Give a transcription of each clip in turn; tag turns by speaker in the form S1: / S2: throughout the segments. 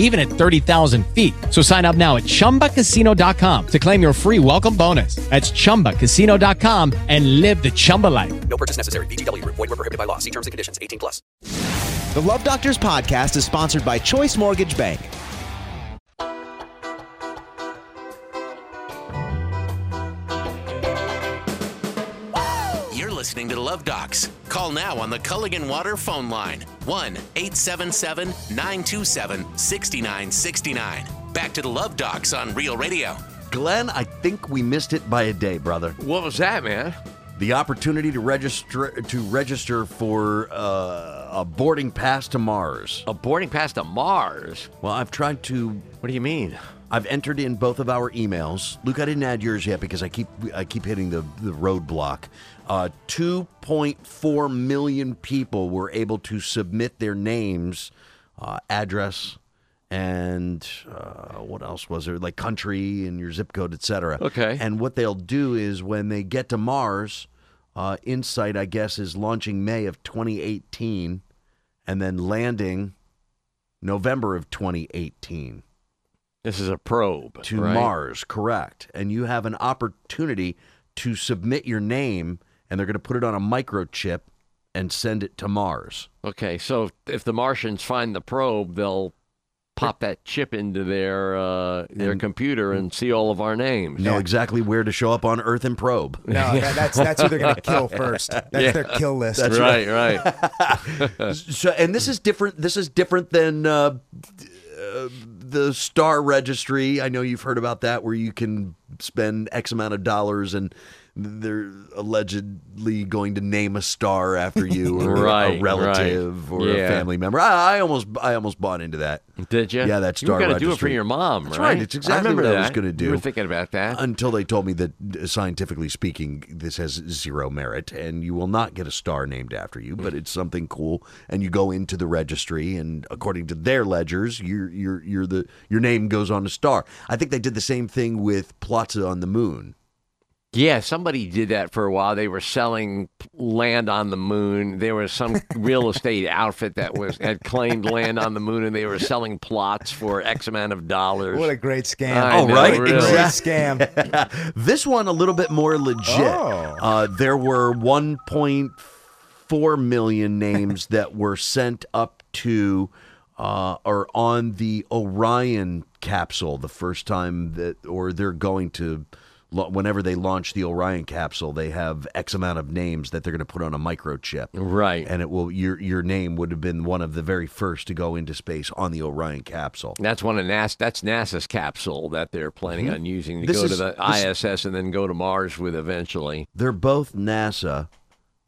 S1: even at 30,000 feet. So sign up now at ChumbaCasino.com to claim your free welcome bonus. That's ChumbaCasino.com and live the Chumba life.
S2: No purchase necessary. BGW. Void were prohibited by law. See terms and conditions. 18 plus.
S3: The Love Doctors podcast is sponsored by Choice Mortgage Bank.
S4: You're listening to Love Docs. Call now on the Culligan Water phone line 1 877 927 6969. Back to the Love Docs on Real Radio.
S5: Glenn, I think we missed it by a day, brother.
S6: What was that, man?
S5: The opportunity to register to register for uh, a boarding pass to Mars.
S6: A boarding pass to Mars?
S5: Well, I've tried to.
S6: What do you mean?
S5: I've entered in both of our emails. Luke, I didn't add yours yet because I keep I keep hitting the the roadblock. Uh, 2.4 million people were able to submit their names, uh, address, and uh, what else was there? Like country and your zip code, etc.
S6: Okay.
S5: And what they'll do is when they get to Mars, uh, Insight, I guess, is launching May of 2018, and then landing November of 2018
S6: This is a probe
S5: to
S6: right?
S5: Mars. Correct. And you have an opportunity to submit your name, and they're going to put it on a microchip and send it to Mars.
S6: Okay, so if, if the Martians find the probe, they'll pop that chip into their uh, their computer and see all of our names.
S5: Know exactly where to show up on Earth and probe.
S7: No, that, that's that's who they're gonna kill first. That's their kill list.
S6: right, right.
S5: So, and this is different. This is different than uh, d- uh, the star registry. I know you've heard about that, where you can spend X amount of dollars, and they're allegedly going to name a star after you, or
S6: Right,
S5: a relative,
S6: right.
S5: or a
S6: Yeah.
S5: family member. I, I almost, I almost bought into that.
S6: Did you?
S5: Yeah, that
S6: you
S5: star
S6: got to do it for
S5: registry.
S6: your mom,
S5: That's
S6: right?
S5: right, it's exactly
S6: I remember
S5: what I
S6: that.
S5: was gonna do.
S6: You were thinking about that.
S5: Until they told me that uh, scientifically speaking, this has zero merit and you will not get a star named after you, but it's something cool. And you go into the registry, and according to their ledgers, you're, you're, you're the, your name goes on a star. I think they did the same thing with Plaza on the Moon.
S6: Yeah, somebody did that for a while. They were selling p- land on the moon. There was some real estate outfit that was had claimed land on the moon, and they were selling plots for X amount of dollars.
S7: What a great scam.
S6: I Oh, know, right? really.
S7: Great
S5: Exactly.
S7: scam.
S5: This one, a little bit more legit.
S7: Oh.
S5: Uh, there were 1.4 million names that were sent up to uh, or on the Orion capsule the first time that, or they're going to, lo- whenever they launch the Orion capsule, they have X amount of names that they're going to put on a microchip.
S6: Right.
S5: And it will, your, your name would have been one of the very first to go into space on the Orion capsule.
S6: That's one of NASA. That's NASA's capsule that they're planning on using to
S5: Mm-hmm. This
S6: go to
S5: is-
S6: the
S5: this-
S6: ISS and then go to Mars with eventually.
S5: They're both NASA.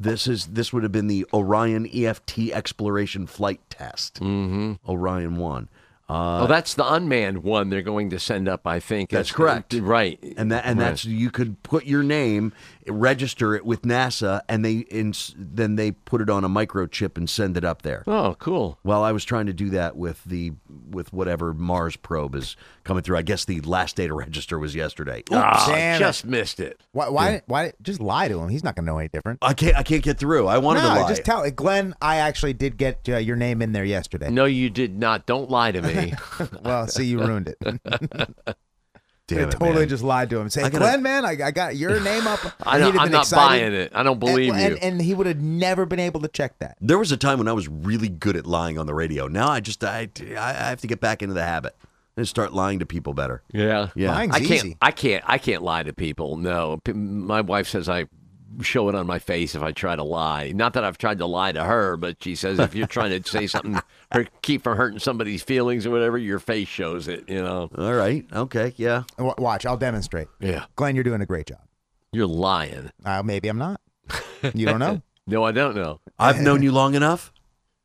S5: This is this would have been the Orion EFT exploration flight test. Mm-hmm. Orion one, uh,
S6: oh, that's the unmanned one they're going to send up. I think
S5: That's
S6: It's-
S5: correct.
S6: Right.
S5: and that and
S6: Right.
S5: that's you could put your name, register it with NASA, and they in, then they put it on a microchip and send it up there.
S6: oh, cool.
S5: Well, I was trying to do that with the with whatever Mars probe is coming through. I guess the last day to register was yesterday.
S6: Ah,
S7: damn it.
S6: just missed it.
S7: Why? Why? Why? Just lie to him. He's not gonna know any different.
S5: I can't I can't get through. I wanted to
S7: No,
S5: lie.
S7: just tell it, Glenn. I actually did get uh, your name in there yesterday.
S6: No, you did not. Don't lie to me.
S7: Well, see, you ruined it.
S5: Damn it,
S7: totally
S5: man.
S7: just lied to him. Say,
S5: I gotta-
S7: Glenn, man, I, I got your name up.
S6: I don't,
S7: And he'd have
S6: I'm
S7: been
S6: not
S7: excited.
S6: buying it. I don't believe
S7: and,
S6: you.
S7: And, and he would have never been able to check that.
S5: There was a time when I was really good at lying on the radio. Now I just I I I have to get back into the habit and start lying to people better.
S6: yeah.
S5: Yeah.
S7: Lying's
S6: I can't.
S7: easy.
S6: I can't. I can't lie to people. No, P- my wife says I show it on my face if I try to lie. Not that I've tried to lie to her, but she says if you're trying to say something or keep from hurting somebody's feelings or whatever, your face shows it. You know.
S5: All right. Okay. Yeah.
S7: W- Watch, I'll demonstrate.
S6: Yeah.
S7: Glenn, you're doing a great job.
S6: You're lying.
S7: Uh, maybe I'm not. You don't know.
S6: No, I don't know.
S5: I've known you long enough.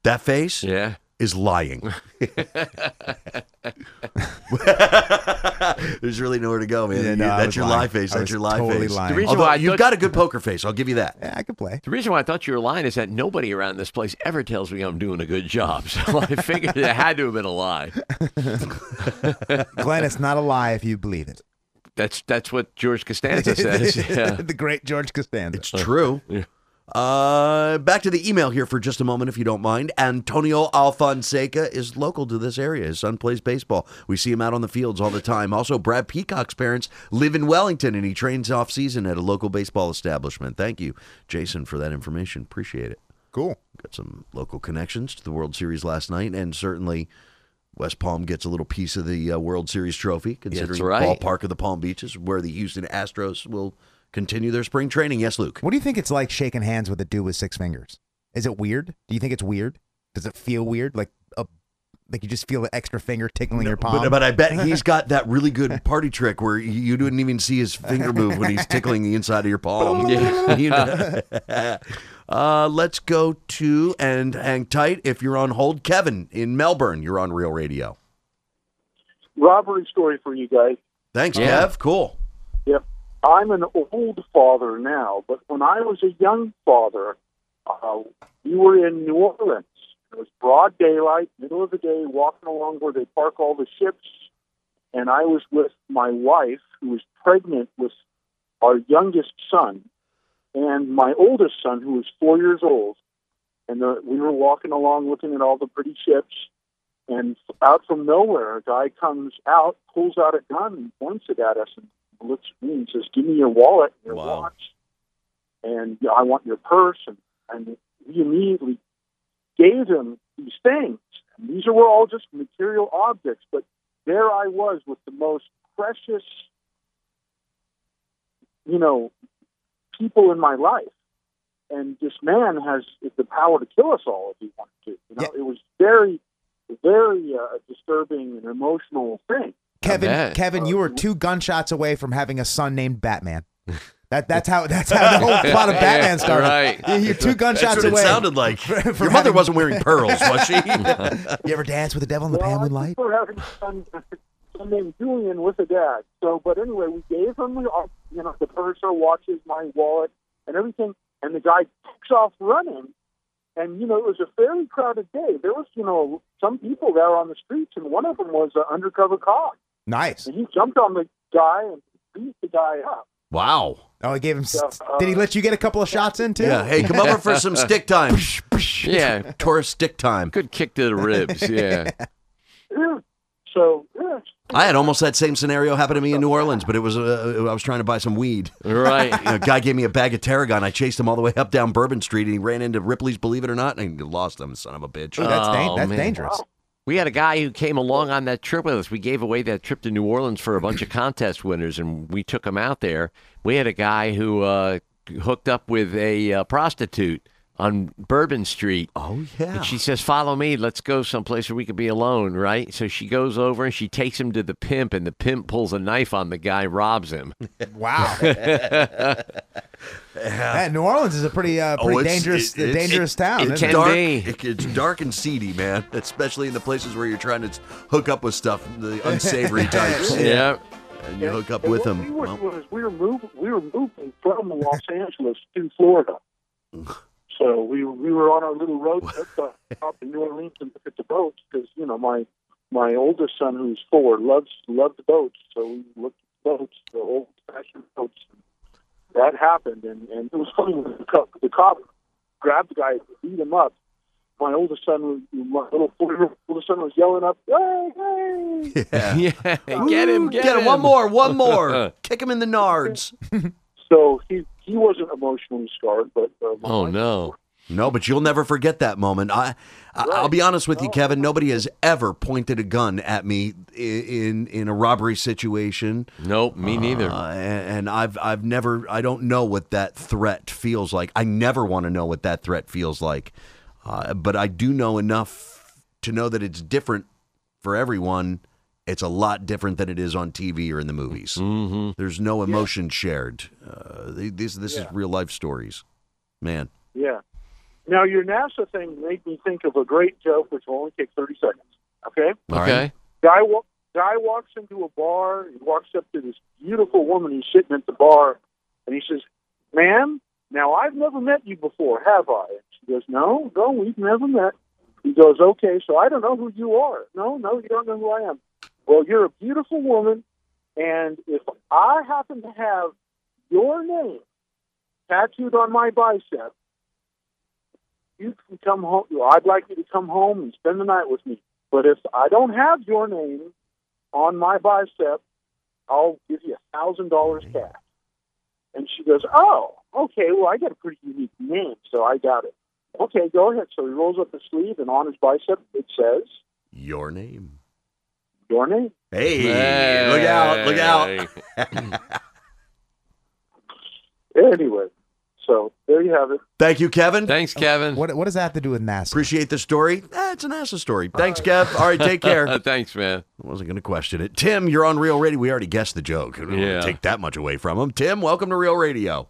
S5: That face.
S6: Yeah.
S5: is lying. There's really nowhere to go, man.
S7: Yeah,
S5: You-
S7: no, I
S5: that's
S7: was
S5: your
S7: lying.
S5: lie face.
S7: I
S5: That's
S7: was
S5: your lie
S7: totally
S5: face.
S7: lying.
S6: The reason
S5: Although
S6: why I
S5: you've
S6: thought-
S5: got a good poker face. I'll give you that.
S7: Yeah, I could play.
S6: The reason why I thought you were lying is that nobody around this place ever tells me I'm doing a good job. So I figured it had to have been a lie.
S7: Glenn, it's not a lie if you believe it.
S6: That's that's what George Costanza says. Yeah.
S7: the great George Costanza.
S5: It's true. Uh, back to the email here for just a moment, if you don't mind. Antonio Alfonseca is local to this area. His son plays baseball. We see him out on the fields all the time. Also, Brad Peacock's parents live in Wellington, and he trains off season at a local baseball establishment. Thank you, Jason, for that information. Appreciate it.
S7: cool.
S5: Got some local connections to the World Series last night, and certainly West Palm gets a little piece of the uh, World Series trophy, considering
S6: right.
S5: ballpark of the Palm Beaches, where the Houston Astros will continue their spring training. Yes, Luke.
S7: What do you think it's like shaking hands with a dude with six fingers? Is it weird? Do you think it's weird? Does it feel weird? Like a like you just feel the extra finger tickling your palm?
S5: But, but I bet he's got that really good party trick where you- you didn't even see his finger move when he's tickling the inside of your palm. You know? uh, let's go to and hang tight if you're on hold. Kevin in Melbourne, you're on Real Radio.
S8: robbery story for you guys.
S5: Thanks,
S6: Yeah.
S5: Kev. Cool.
S8: Yep. I'm an old father now, but when I was a young father, uh, we were in New Orleans. It was broad daylight, middle of the day, walking along where they park all the ships. And I was with my wife, who was pregnant with our youngest son, and my oldest son, who was four years old. And the, we were walking along looking at all the pretty ships. And out from nowhere, a guy comes out, pulls out a gun, and points it at us, and looks at me and says, "Give me your wallet, and your
S5: Wow.
S8: watch, and you know, I want your purse." And, and we immediately gave him these things. And these were all just material objects, but there I was with the most precious, you know, people in my life. And this man has the power to kill us all if he wanted to. You know, it was very very uh, disturbing and emotional thing.
S7: Kevin,
S6: bet.
S7: Kevin, you were two gunshots away from having a son named Batman. That that's how that's how the whole plot of Batman started.
S6: right.
S7: You- You're two
S5: That's
S7: gunshots
S5: what
S7: away.
S5: it sounded like.
S7: For- for
S5: your mother
S7: having-
S5: wasn't wearing pearls, was she?
S7: You ever dance with the devil in the pale
S8: Well, I
S7: moonlight?
S8: think we're having fun. And then Julian with a dad. So, but anyway, we gave him the, uh, you know, the purse, our watches, my wallet, and everything. And the guy takes off running. And you know, it was a fairly crowded day. There was, you know, some people there on the streets, and one of them was an undercover cop.
S7: Nice.
S8: And he jumped on the guy and beat the guy up.
S5: wow.
S7: Oh, he gave him. s-
S8: Yeah,
S7: did he let you get a couple of shots in too?
S5: Yeah. Hey, come over for some stick time.
S6: Yeah.
S5: Taurus stick time.
S6: Good kick to the ribs. Yeah.
S8: Yeah. So, yeah,
S5: I had almost that same scenario happen to me in New Orleans, but it was uh, I was trying to buy some weed.
S6: Right.
S5: You know, a guy gave me a bag of tarragon. I chased him all the way up down Bourbon Street, and he ran into Ripley's Believe It or Not, and he lost him. Son of a bitch.
S7: Ooh, that's dan-
S6: Oh,
S7: that's
S6: man.
S7: dangerous.
S6: We had a guy who came along on that trip with us. We gave away that trip to New Orleans for a bunch of contest winners, and we took him out there. We had a guy who uh, hooked up with a uh, prostitute on Bourbon Street.
S5: Oh yeah.
S6: And she says, Follow me. Let's go someplace where we could be alone, right? So she goes over and she takes him to the pimp, and the pimp pulls a knife on the guy, robs him.
S7: Wow. Man, New Orleans is a pretty uh, pretty dangerous
S5: Oh, it-
S7: dangerous
S5: it-
S7: town.
S5: It's
S7: isn't it?
S5: dark.
S6: be.
S5: it- it's dark and seedy, man. Especially in the places where you're trying to hook up with stuff, the unsavory types,
S6: Yeah.
S5: and you hook up
S8: And
S5: with
S8: what We
S5: them.
S8: were,
S5: Well,
S8: was we were moving we were moving from Los Angeles to Florida. So we we were on our little road trip uh, up in New Orleans and looked at the boats because you know my my oldest son who's four loves loves boats. So we looked at boats, the old fashioned boats. That happened, and and it was funny when the cop, the cop grabbed the guy, beat him up. My oldest son, was- my little four-year-old son, was yelling up, "Hey, hey!"
S6: Yeah. Get him. Get,
S5: Get him. One more. One more. Kick him in the nards.
S8: So he he wasn't emotionally scarred, but uh,
S6: Oh, no.
S5: No, but you'll never forget that moment. I, I I'll be honest with you, Kevin. Nobody has ever pointed a gun at me i- in in a robbery situation.
S6: Nope. Me neither.
S5: Uh, and, and I've I've never I don't know what that threat feels like. I never want to know what that threat feels like, uh, but I do know enough to know that it's different for everyone. It's a lot different than it is on TV or in the movies. Mm-hmm. There's no emotion shared. Uh, th- this this is real life stories, man.
S8: yeah. Now, your NASA thing made me think of a great joke, which will only take 30 seconds. Okay?
S6: Okay.
S8: Guy, wa- guy walks into a bar. He walks up to this beautiful woman who's sitting at the bar, and he says, Ma'am, now I've never met you before, have I? And she goes, No, no, we've never met. He goes, Okay, so I don't know who you are. No, no, you don't know who I am. Well, you're a beautiful woman, and if I happen to have your name tattooed on my bicep, you can come home. I'd like you to come home and spend the night with me. But if I don't have your name on my bicep, I'll give you a thousand dollars cash. And she goes, "Oh, okay. Well, I got a pretty unique name, so I got it. Okay, go ahead." So he rolls up his sleeve, and on his bicep it says,
S5: Your name.
S8: "Your name."
S5: Hey, look out! Look out!
S6: Hey.
S8: Anyway, so there you have it.
S5: Thank you, Kevin.
S6: Thanks, Kevin.
S7: What, what does that have to do with NASA?
S5: Appreciate the story. Eh, it's an NASA story. Thanks, Kev. All right, take care.
S6: Uh,
S5: I
S6: thanks, man.
S5: wasn't going to question it. Tim, you're on Real Radio. We already guessed the joke. I don't wanna
S6: Yeah.
S5: Take that much away from him. Tim, welcome to Real Radio.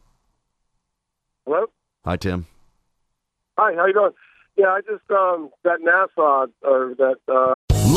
S9: Hello.
S5: Hi, Tim.
S9: Hi. How you doing? Yeah, I just um that NASA or that uh,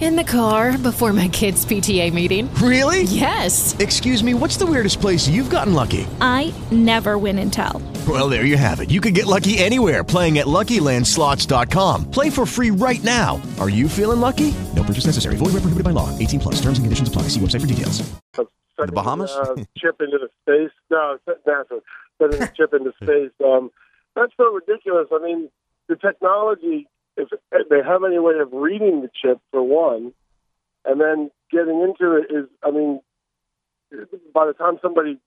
S10: In the car before my kids' PTA meeting.
S11: Really?
S10: Yes.
S11: Excuse me, what's the weirdest place you've gotten lucky?
S12: I never win and tell.
S11: Well, there you have it. You can get lucky anywhere playing at LuckyLandSlots.com. Play for free right now. Are you feeling lucky? No purchase necessary. Void where prohibited by law. 18 plus. Terms and conditions apply. See website for details.
S9: second,
S5: Bahamas?
S9: uh, chip into the space. No, it's not NASA sending a chip into space. Um, that's so ridiculous. I mean, the technology. If if they have any way of reading the chip for one, and then getting into it is, I mean, by the time somebody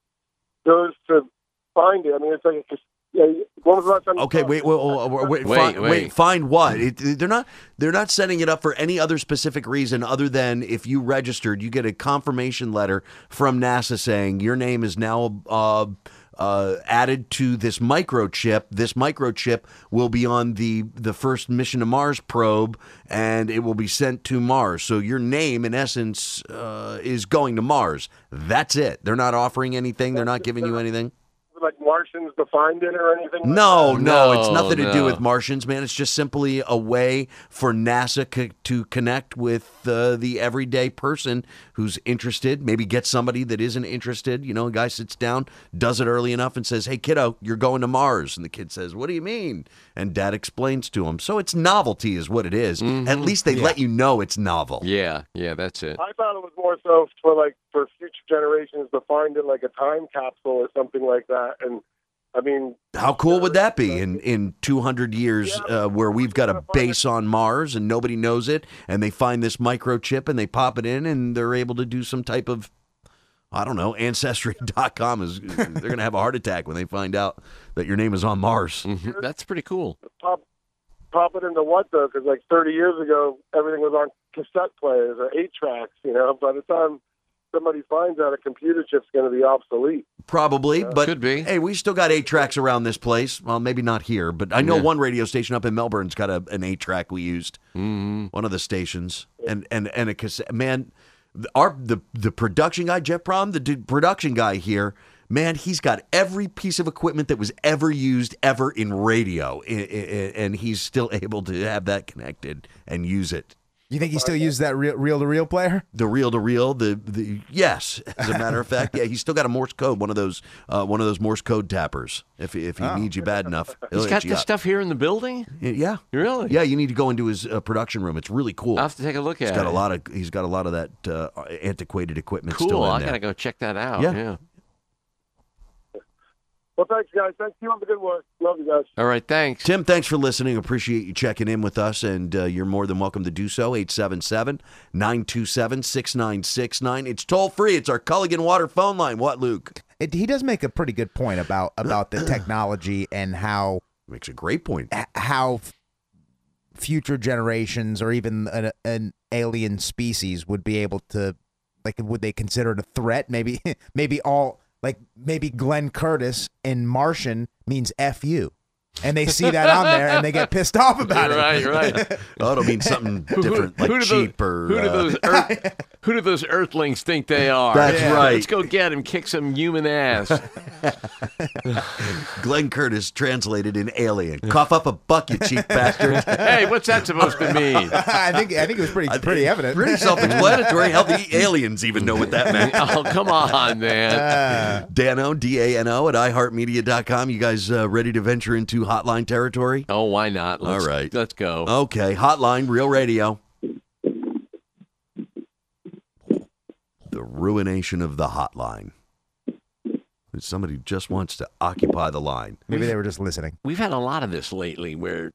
S9: goes to find it, I mean, it's like it's, yeah, when was the last time? you
S5: Okay,
S9: saw
S5: wait,
S9: it?
S5: wait, wait, wait,
S6: Wait,
S5: fi-
S6: wait.
S5: wait, Find what? It, they're not. They're not setting it up for any other specific reason other than if you registered, you get a confirmation letter from NASA saying your name is now uh, uh, added to this microchip. This microchip will be on the the first mission to Mars probe, and it will be sent to Mars. So your name, in essence, uh, is going to Mars. That's it. They're not offering anything. They're not giving you anything.
S9: like Martians to find it or anything? like
S5: No,
S9: that?
S5: no,
S6: No,
S5: it's nothing to do
S6: no.
S5: with Martians, man. It's just simply a way for NASA co- to connect with uh, the everyday person who's interested. Maybe get somebody that isn't interested. You know, a guy sits down, does it early enough, and says, "Hey, kiddo, you're going to Mars." And the kid says, "What do you mean?" And Dad explains to him. So it's novelty, is what it is.
S6: Mm-hmm.
S5: At least they let you know it's novel.
S6: Yeah, yeah, that's it.
S9: I thought it was more so for like for future generations to find it like a time capsule or something like that. And I mean,
S5: How cool would that be in, in 200 years uh, where we've got a base on Mars and nobody knows it and they find this microchip and they pop it in and they're able to do some type of I don't know ancestry.com is they're going to have a heart attack when they find out that your name is on Mars.
S6: Mhm, That's pretty cool.
S9: pop pop it into what though? Because like 30 years ago, everything was on cassette players or eight tracks. You know, by the time somebody finds out, a computer chip's going to be obsolete.
S5: Probably, but
S6: Could be.
S5: hey, we still got eight tracks around this place. Well, maybe not here, but I know
S6: Yeah.
S5: one radio station up in Melbourne's got a, an eight track we used.
S6: Mhm.
S5: one of the stations, and and and a cassette. Man, the- our the the production guy Jeff Prom, the dude, production guy here, man, he's got every piece of equipment that was ever used ever in radio, i- i- i- and he's still able to have that connected and use it.
S7: You think he still uses that reel to reel player?
S5: The reel to reel, the the yes, as a matter of fact, yeah, he's still got a Morse code, one of those uh, one of those Morse code tappers. If if he needs you bad enough,
S6: He's
S5: he'll
S6: got
S5: hit you
S6: this
S5: up.
S6: stuff here in the building.
S5: Yeah,
S6: Really?
S5: yeah, you need to go into his uh, production room. It's really cool.
S6: I'll have to take a look at
S5: He's got
S6: it.
S5: a lot of he's got a lot of that uh, antiquated equipment
S6: Cool.
S5: still in
S6: I
S5: there.
S6: gotta go check that out.
S5: Yeah.
S6: Yeah.
S9: Well, thanks guys. Thanks you. Have a good one. Love you guys.
S6: All right. Thanks.
S5: Tim, thanks for listening. Appreciate you checking in with us, and uh, you're more than welcome to do so. 877 927 6969. It's toll free. It's our Culligan Water phone line. What, Luke?
S7: It, he does make a pretty good point about about the technology and how
S5: Makes a great point.
S7: h- how f- future generations or even an, an alien species would be able to like would they consider it a threat maybe maybe all like maybe glenn curtis in martian means f you and they see that on there and they get pissed off about
S6: You're right,
S7: it.
S6: you're right.
S5: Oh, it'll mean something
S6: Who-
S5: different, like
S6: who do those-
S5: cheap or.
S6: Who do
S5: uh,
S6: those earth, who do those Earthlings think they are?
S5: That's right.
S6: Let's go get him, kick some human ass.
S5: Glenn Curtis translated in Alien. Cough up a buck, you cheap bastard.
S6: hey, what's that supposed to mean?
S7: I think I think it was pretty pretty evident.
S5: Pretty self-explanatory. How the aliens even know what that meant.
S6: oh, come on, man.
S7: Uh,
S5: Dano, D-A-N-O, at iHeartMedia.com. You guys uh, ready to venture into hotline territory?
S6: Oh, why not? Let's-
S5: All right.
S6: Let's go.
S5: Okay, hotline, real radio. The ruination of the hotline. Somebody just wants to occupy the line.
S7: Maybe they were just listening.
S6: We've had a lot of this lately where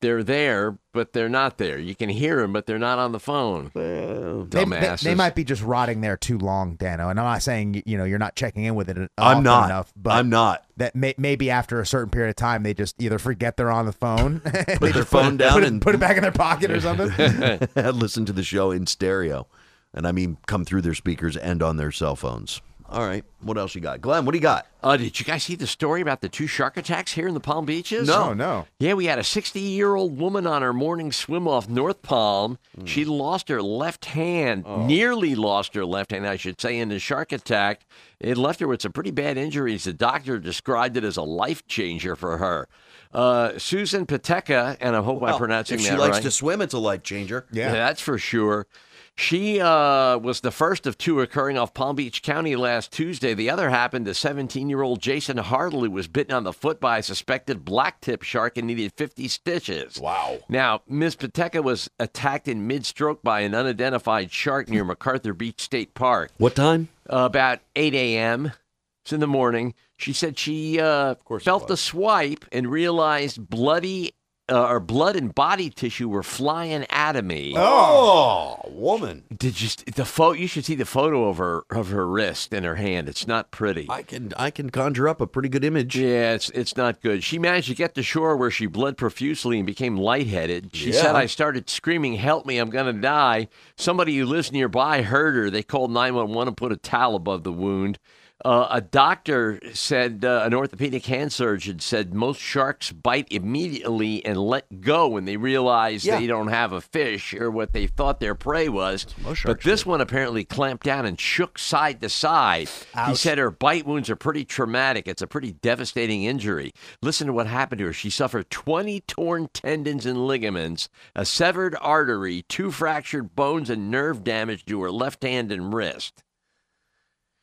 S6: they're there, but they're not there. You can hear them, but they're not on the phone.
S7: They, they-
S6: Dumbasses.
S7: they might be just rotting there too long, Dano. And I'm not saying you know you're not checking in with it.
S5: I'm
S7: often
S5: not.
S7: Enough, but
S5: I'm not.
S7: That may, maybe after a certain period of time, they just either forget they're on the phone, put
S5: Put their phone down
S7: put it,
S5: and
S7: put it back in their pocket or something.
S5: listen to the show in stereo, and I mean come through their speakers and on their cell phones. All right, what else you got, Glenn? What do you got?
S6: Uh, did you guys see the story about the two shark attacks here in the Palm Beaches?
S5: No. Oh, no.
S6: Yeah, we had a 60 year old woman on her morning swim off North Palm.
S7: Hmm.
S6: She lost her left hand,
S7: Oh.
S6: nearly lost her left hand, I should say, in the shark attack. It left her with some pretty bad injuries. The doctor described it as a life changer for her. Uh, Susan Pateka, and I hope I'm pronouncing
S5: Oh, if
S6: that
S5: she
S6: right.
S5: likes to swim, it's a life changer.
S6: Yeah. that's for sure. She uh, was the first of two occurring off Palm Beach County last Tuesday. The other happened to 17 year old Jason Hartley, who was bitten on the foot by a suspected blacktip shark and needed 50 stitches. Wow. Now, Miss Pateka was attacked in mid stroke by an unidentified shark near MacArthur Beach State Park
S5: What time?
S6: about 8 a.m. It's in the morning. She said she uh, felt the swipe and realized bloody uh, or blood and body tissue were flying out of me.
S5: Oh, woman!
S6: Did you st- the photo? You should see the photo of her of her wrist and her hand. It's not pretty.
S5: I can I can conjure up a pretty good image.
S6: Yeah, it's it's not good. She managed to get to shore where she bled profusely and became lightheaded. She
S5: Yeah.
S6: said, "I started screaming, help me! I'm gonna die!" Somebody who lives nearby heard her. They called 911 and put a towel above the wound. Uh, a doctor said, uh, an orthopedic hand surgeon said, most sharks bite immediately and let go when they realize
S5: Yeah.
S6: they don't have a fish or what they thought their prey was. But this one apparently clamped down and shook side to side. He said her bite wounds are pretty traumatic. It's a pretty devastating injury. Listen to what happened to her. She suffered 20 torn tendons and ligaments, a severed artery, two fractured bones, and nerve damage to her left hand and wrist.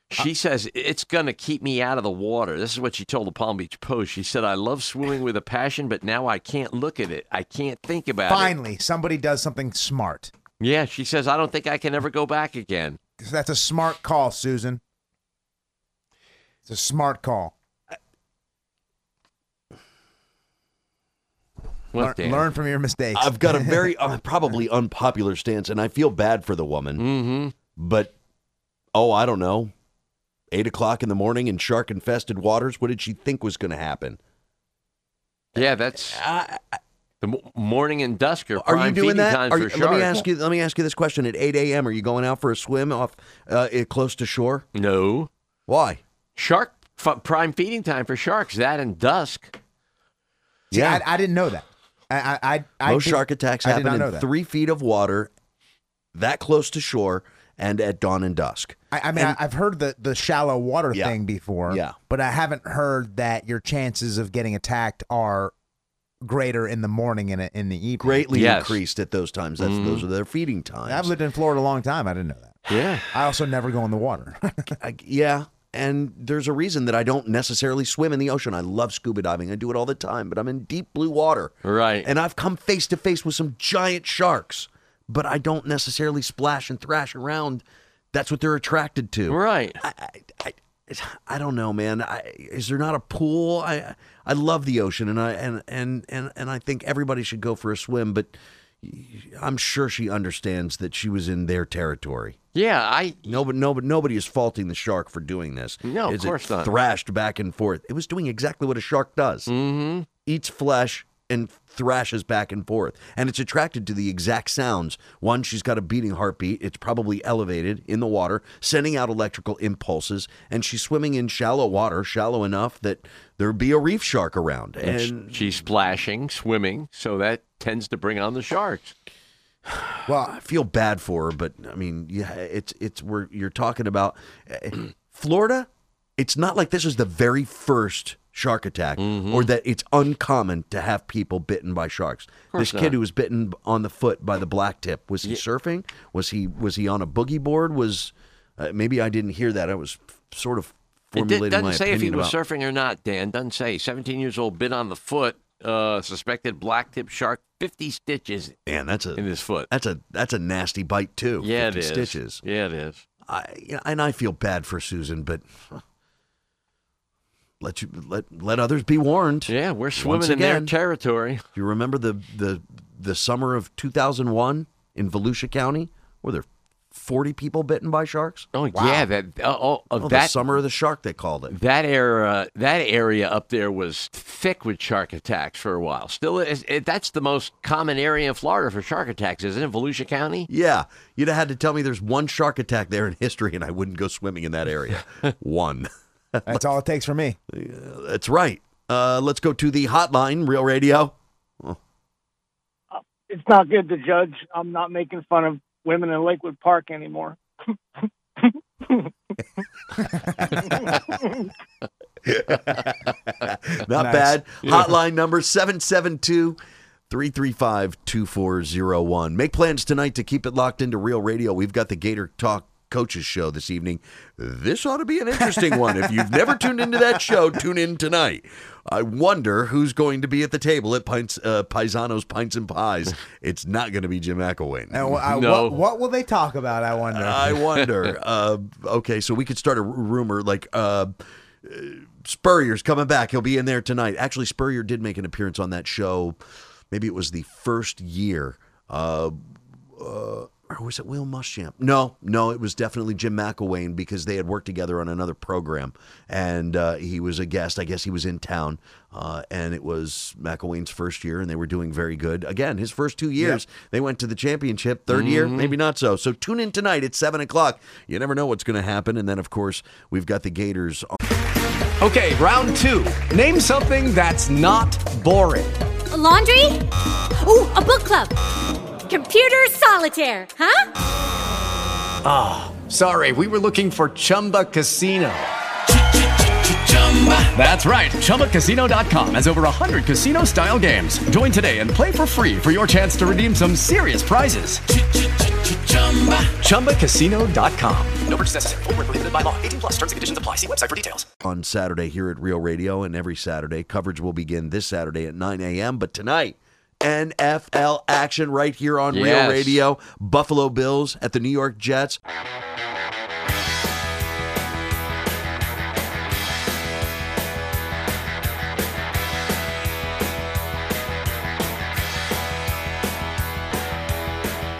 S7: Uh,
S6: She says, It's going to keep me out of the water. This is what she told the Palm Beach Post. She said, I love swimming with a passion, but now I can't look at it. I can't think about it.
S7: Finally, somebody does something smart.
S6: Yeah, she says, I don't think I can ever go back again.
S7: That's a smart call, Susan. It's a smart call. Learn,
S6: Dan?
S7: learn from your mistakes.
S5: I've got a very uh, probably unpopular stance, and I feel bad for the woman.
S6: Mm-hmm.
S5: But oh, I don't know. Eight o'clock in the morning in shark-infested waters. What did she think was going to happen?
S6: Yeah, that's the mo- morning and dusk are,
S5: Are
S6: prime
S5: you doing
S6: feeding
S5: that?
S6: time
S5: Are
S6: for
S5: you- let
S6: sharks.
S5: me ask you. Let me ask you this question: At eight a.m., are you going out for a swim off uh, eh, close to shore?
S6: No,
S5: Why?
S6: shark f- prime feeding time for sharks. That and dusk.
S7: See,
S5: yeah.
S7: I, I didn't know that. I, I, I, I
S5: Most
S7: did-
S5: shark attacks
S7: I did
S5: happen
S7: not know
S5: in
S7: that.
S5: three feet of water, that close to shore, and at dawn and dusk.
S7: I, I mean, I, I've heard the, the shallow water
S5: Yeah.
S7: thing before,
S5: Yeah.
S7: but I haven't heard that your chances of getting attacked are greater in the morning and in the evening.
S5: Greatly
S6: Yes.
S5: increased at those times. That's
S7: Mm.
S5: those are their feeding times.
S7: I've lived in Florida a long time. I didn't know that.
S6: Yeah.
S7: I also never go in the water.
S5: I, yeah, and there's a reason that I don't necessarily swim in the ocean. I love scuba diving. I do it all the time, but I'm in deep blue water.
S6: Right.
S5: And I've come face to face with some giant sharks, but I don't necessarily splash and thrash around. That's what they're attracted to.
S6: Right.
S5: I, I, I, I don't know, man. I, is there not a pool? I I love the ocean, and I and and and and I think everybody should go for a swim. But I'm sure she understands that she was in their territory.
S6: Yeah, I.
S5: No, but no, but nobody is faulting the shark for doing this.
S6: No, of
S5: Is
S6: course
S5: it
S6: not.
S5: Thrashed back and forth. It was doing exactly what a shark does:
S6: Mm-hmm.
S5: eats flesh, and thrashes back and forth. And it's attracted to the exact sounds. One, she's got a beating heartbeat. It's probably elevated in the water, sending out electrical impulses. And she's swimming in shallow water, shallow enough that there'd be a reef shark around.
S6: And sh-
S5: And
S6: she's splashing, swimming, so that tends to bring on the sharks.
S5: Well, I feel bad for her, but I mean, yeah, it's it's where you're talking about eh, Florida. It's not like this is the very first shark attack,
S6: Mm-hmm.
S5: or that it's uncommon to have people bitten by sharks.
S6: course
S5: This kid
S6: not.
S5: who was bitten on the foot by the black tip was he surfing? Was he was he on a boogie board? Was uh, maybe I didn't hear that. I was sort of
S6: It
S5: formulating
S6: did, doesn't
S5: my
S6: say if
S5: opinion
S6: he was
S5: about.
S6: surfing or not, Dan. Doesn't say. 17 years old, bit on the foot, uh, suspected blacktip shark, 50 stitches.
S5: Man, that's a
S6: in his foot.
S5: That's a that's a nasty bite too.
S6: Yeah, it
S5: 50
S6: is.
S5: Stitches.
S6: Yeah, it is.
S5: I you know, and I feel bad for Susan, but let you let let others be warned.
S6: Yeah, we're swimming in their territory.
S5: You remember the the the summer of 2001 in Volusia County, where there were 40 people bitten by sharks.
S6: Oh Yeah, that uh, oh, uh,
S5: Oh, the
S6: that
S5: summer of the shark they called it.
S6: that era that area up there was thick with shark attacks for a while. Still, is, it, that's the most common area in Florida for shark attacks, isn't it? Volusia County.
S5: Yeah, you'd have had to tell me there's one shark attack there in history, and I wouldn't go swimming in that area. one.
S7: That's all it takes for me.
S5: That's right. Uh, let's go to the hotline, Real Radio.
S13: It's not good to judge. I'm not making fun of women in Lakewood Park anymore.
S5: Not
S13: Nice.
S5: bad.
S13: Yeah.
S5: Hotline number 772 335 2401. Make plans tonight to keep it locked into Real Radio. We've got the Gator Talk Coaches Show this evening. This ought to be an interesting one. If you've never tuned into that show, tune in tonight. I wonder who's going to be at the table at Pints, uh, Paisano's Pints and Pies. It's not going to be Jim McElwain.
S7: And wh- I- what, what will they talk about? I wonder.
S5: I wonder. uh, okay, so we could start a r- rumor like uh, uh, Spurrier's coming back. He'll be in there tonight. Actually, Spurrier did make an appearance on that show. Maybe it was the first year. Uh, uh, or was it Will Muschamp? No, no, it was definitely Jim McElwain because they had worked together on another program, and uh, he was a guest. I guess he was in town, uh, and it was McElwain's first year, and they were doing very good. Again, his first two years, they went to the championship. 3rd year,
S14: Mhm.
S5: maybe maybe not so. So tune in tonight at 7 o'clock. You never know what's going to happen. And then, of course, we've got the Gators. On.
S14: Okay, round two. Name something that's not boring.
S15: laundry? Ooh, a book club. Computer solitaire, huh?
S14: Ah, sorry, we were looking for Chumba Casino. That's right, ChumbaCasino.com has over 100 casino style games. Join today and play for free for your chance to redeem some serious prizes. ChumbaCasino.com.
S2: No purchase necessary. Void where prohibited by law. 18 plus terms and conditions apply. See website for details.
S5: on Saturday here at Real Radio and every Saturday. Coverage will begin this Saturday at 9 a.m. But tonight, NFL action right here on
S14: Yes.
S5: Real Radio. Buffalo Bills at the New York Jets.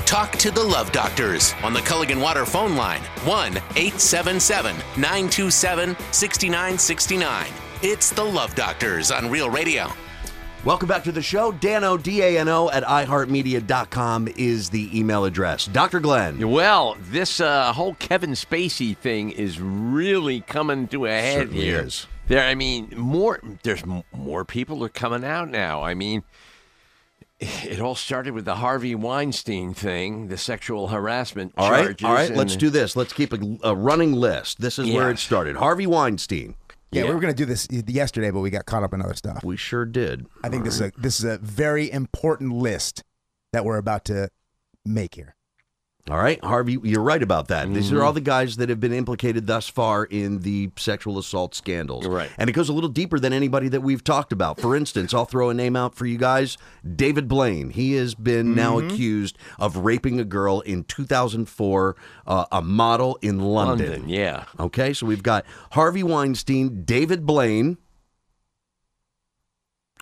S4: Talk to the Love Doctors on the Culligan Water phone line 1 877 927 6969. It's the Love Doctors on Real Radio.
S5: Welcome back to the show. Dano, D A N O, at iHeartMedia.com is the email address. Dr. Glenn.
S6: Well, this uh, whole Kevin Spacey thing is really coming to a head
S5: Certainly
S6: here.
S5: is.
S6: There, I mean, more. There's m- more people are coming out now. I mean, it all started with the Harvey Weinstein thing, the sexual harassment
S5: All right,
S6: charges.
S5: all right. Let's
S6: and-
S5: do this. Let's keep a, a running list. This is where
S6: Yeah.
S5: it started. Harvey Weinstein.
S7: Yeah, we were going to do this yesterday, but we got caught up in other stuff.
S5: We sure did.
S7: I think this is a, this is a very important list that we're about to make here.
S5: All right, Harvey, you're right about that. These
S6: Mm-hmm.
S5: are all the guys that have been implicated thus far in the sexual assault scandals. Right. And it goes a little deeper than anybody that we've talked about. For instance, I'll throw a name out for you guys David Blaine. He has been now
S6: Mm-hmm.
S14: Mhm.
S5: accused of raping a girl in 2004, uh, a model in London.
S6: London, yeah.
S5: Okay, so we've got Harvey Weinstein, David Blaine.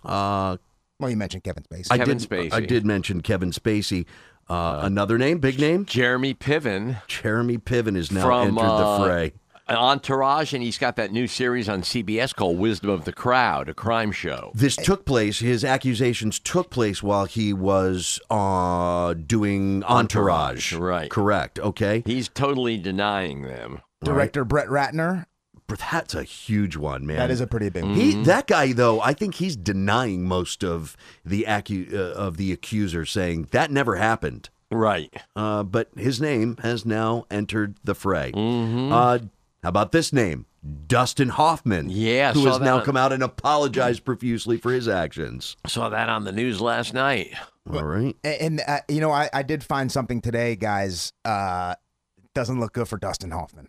S5: Uh,
S7: well, you mentioned Kevin Spacey.
S5: I
S6: Kevin
S5: did,
S6: Spacey.
S5: I did mention Kevin Spacey. Uh, another name, big name.
S6: Jeremy Piven.
S5: Jeremy Piven is now
S6: From,
S5: entered the
S6: uh,
S5: fray.
S6: Entourage, and he's got that new series on CBS called Wisdom of the Crowd, a crime show.
S5: This took place. His accusations took place while he was uh, doing Entourage. Right. Correct. Okay.
S6: He's totally denying them.
S7: Director Brett Ratner.
S5: But that's a huge one, man.
S7: That is a pretty big one.
S5: He
S6: Mm-hmm.
S7: Mhm.
S5: that guy though, I think he's denying most of the accu- uh, of the accusers, saying that never happened.
S6: Right.
S5: Uh, but his name has now entered the fray.
S6: Mm-hmm.
S5: Uh, how about this name, Dustin Hoffman?
S6: Yeah,
S5: who
S6: saw
S5: has
S6: that
S5: now
S6: on-
S5: come out and apologized profusely for his actions.
S6: Saw that on the news last night.
S5: All right.
S7: A- And, uh, you know, I, I did find something today, guys. Uh, doesn't look good for Dustin Hoffman.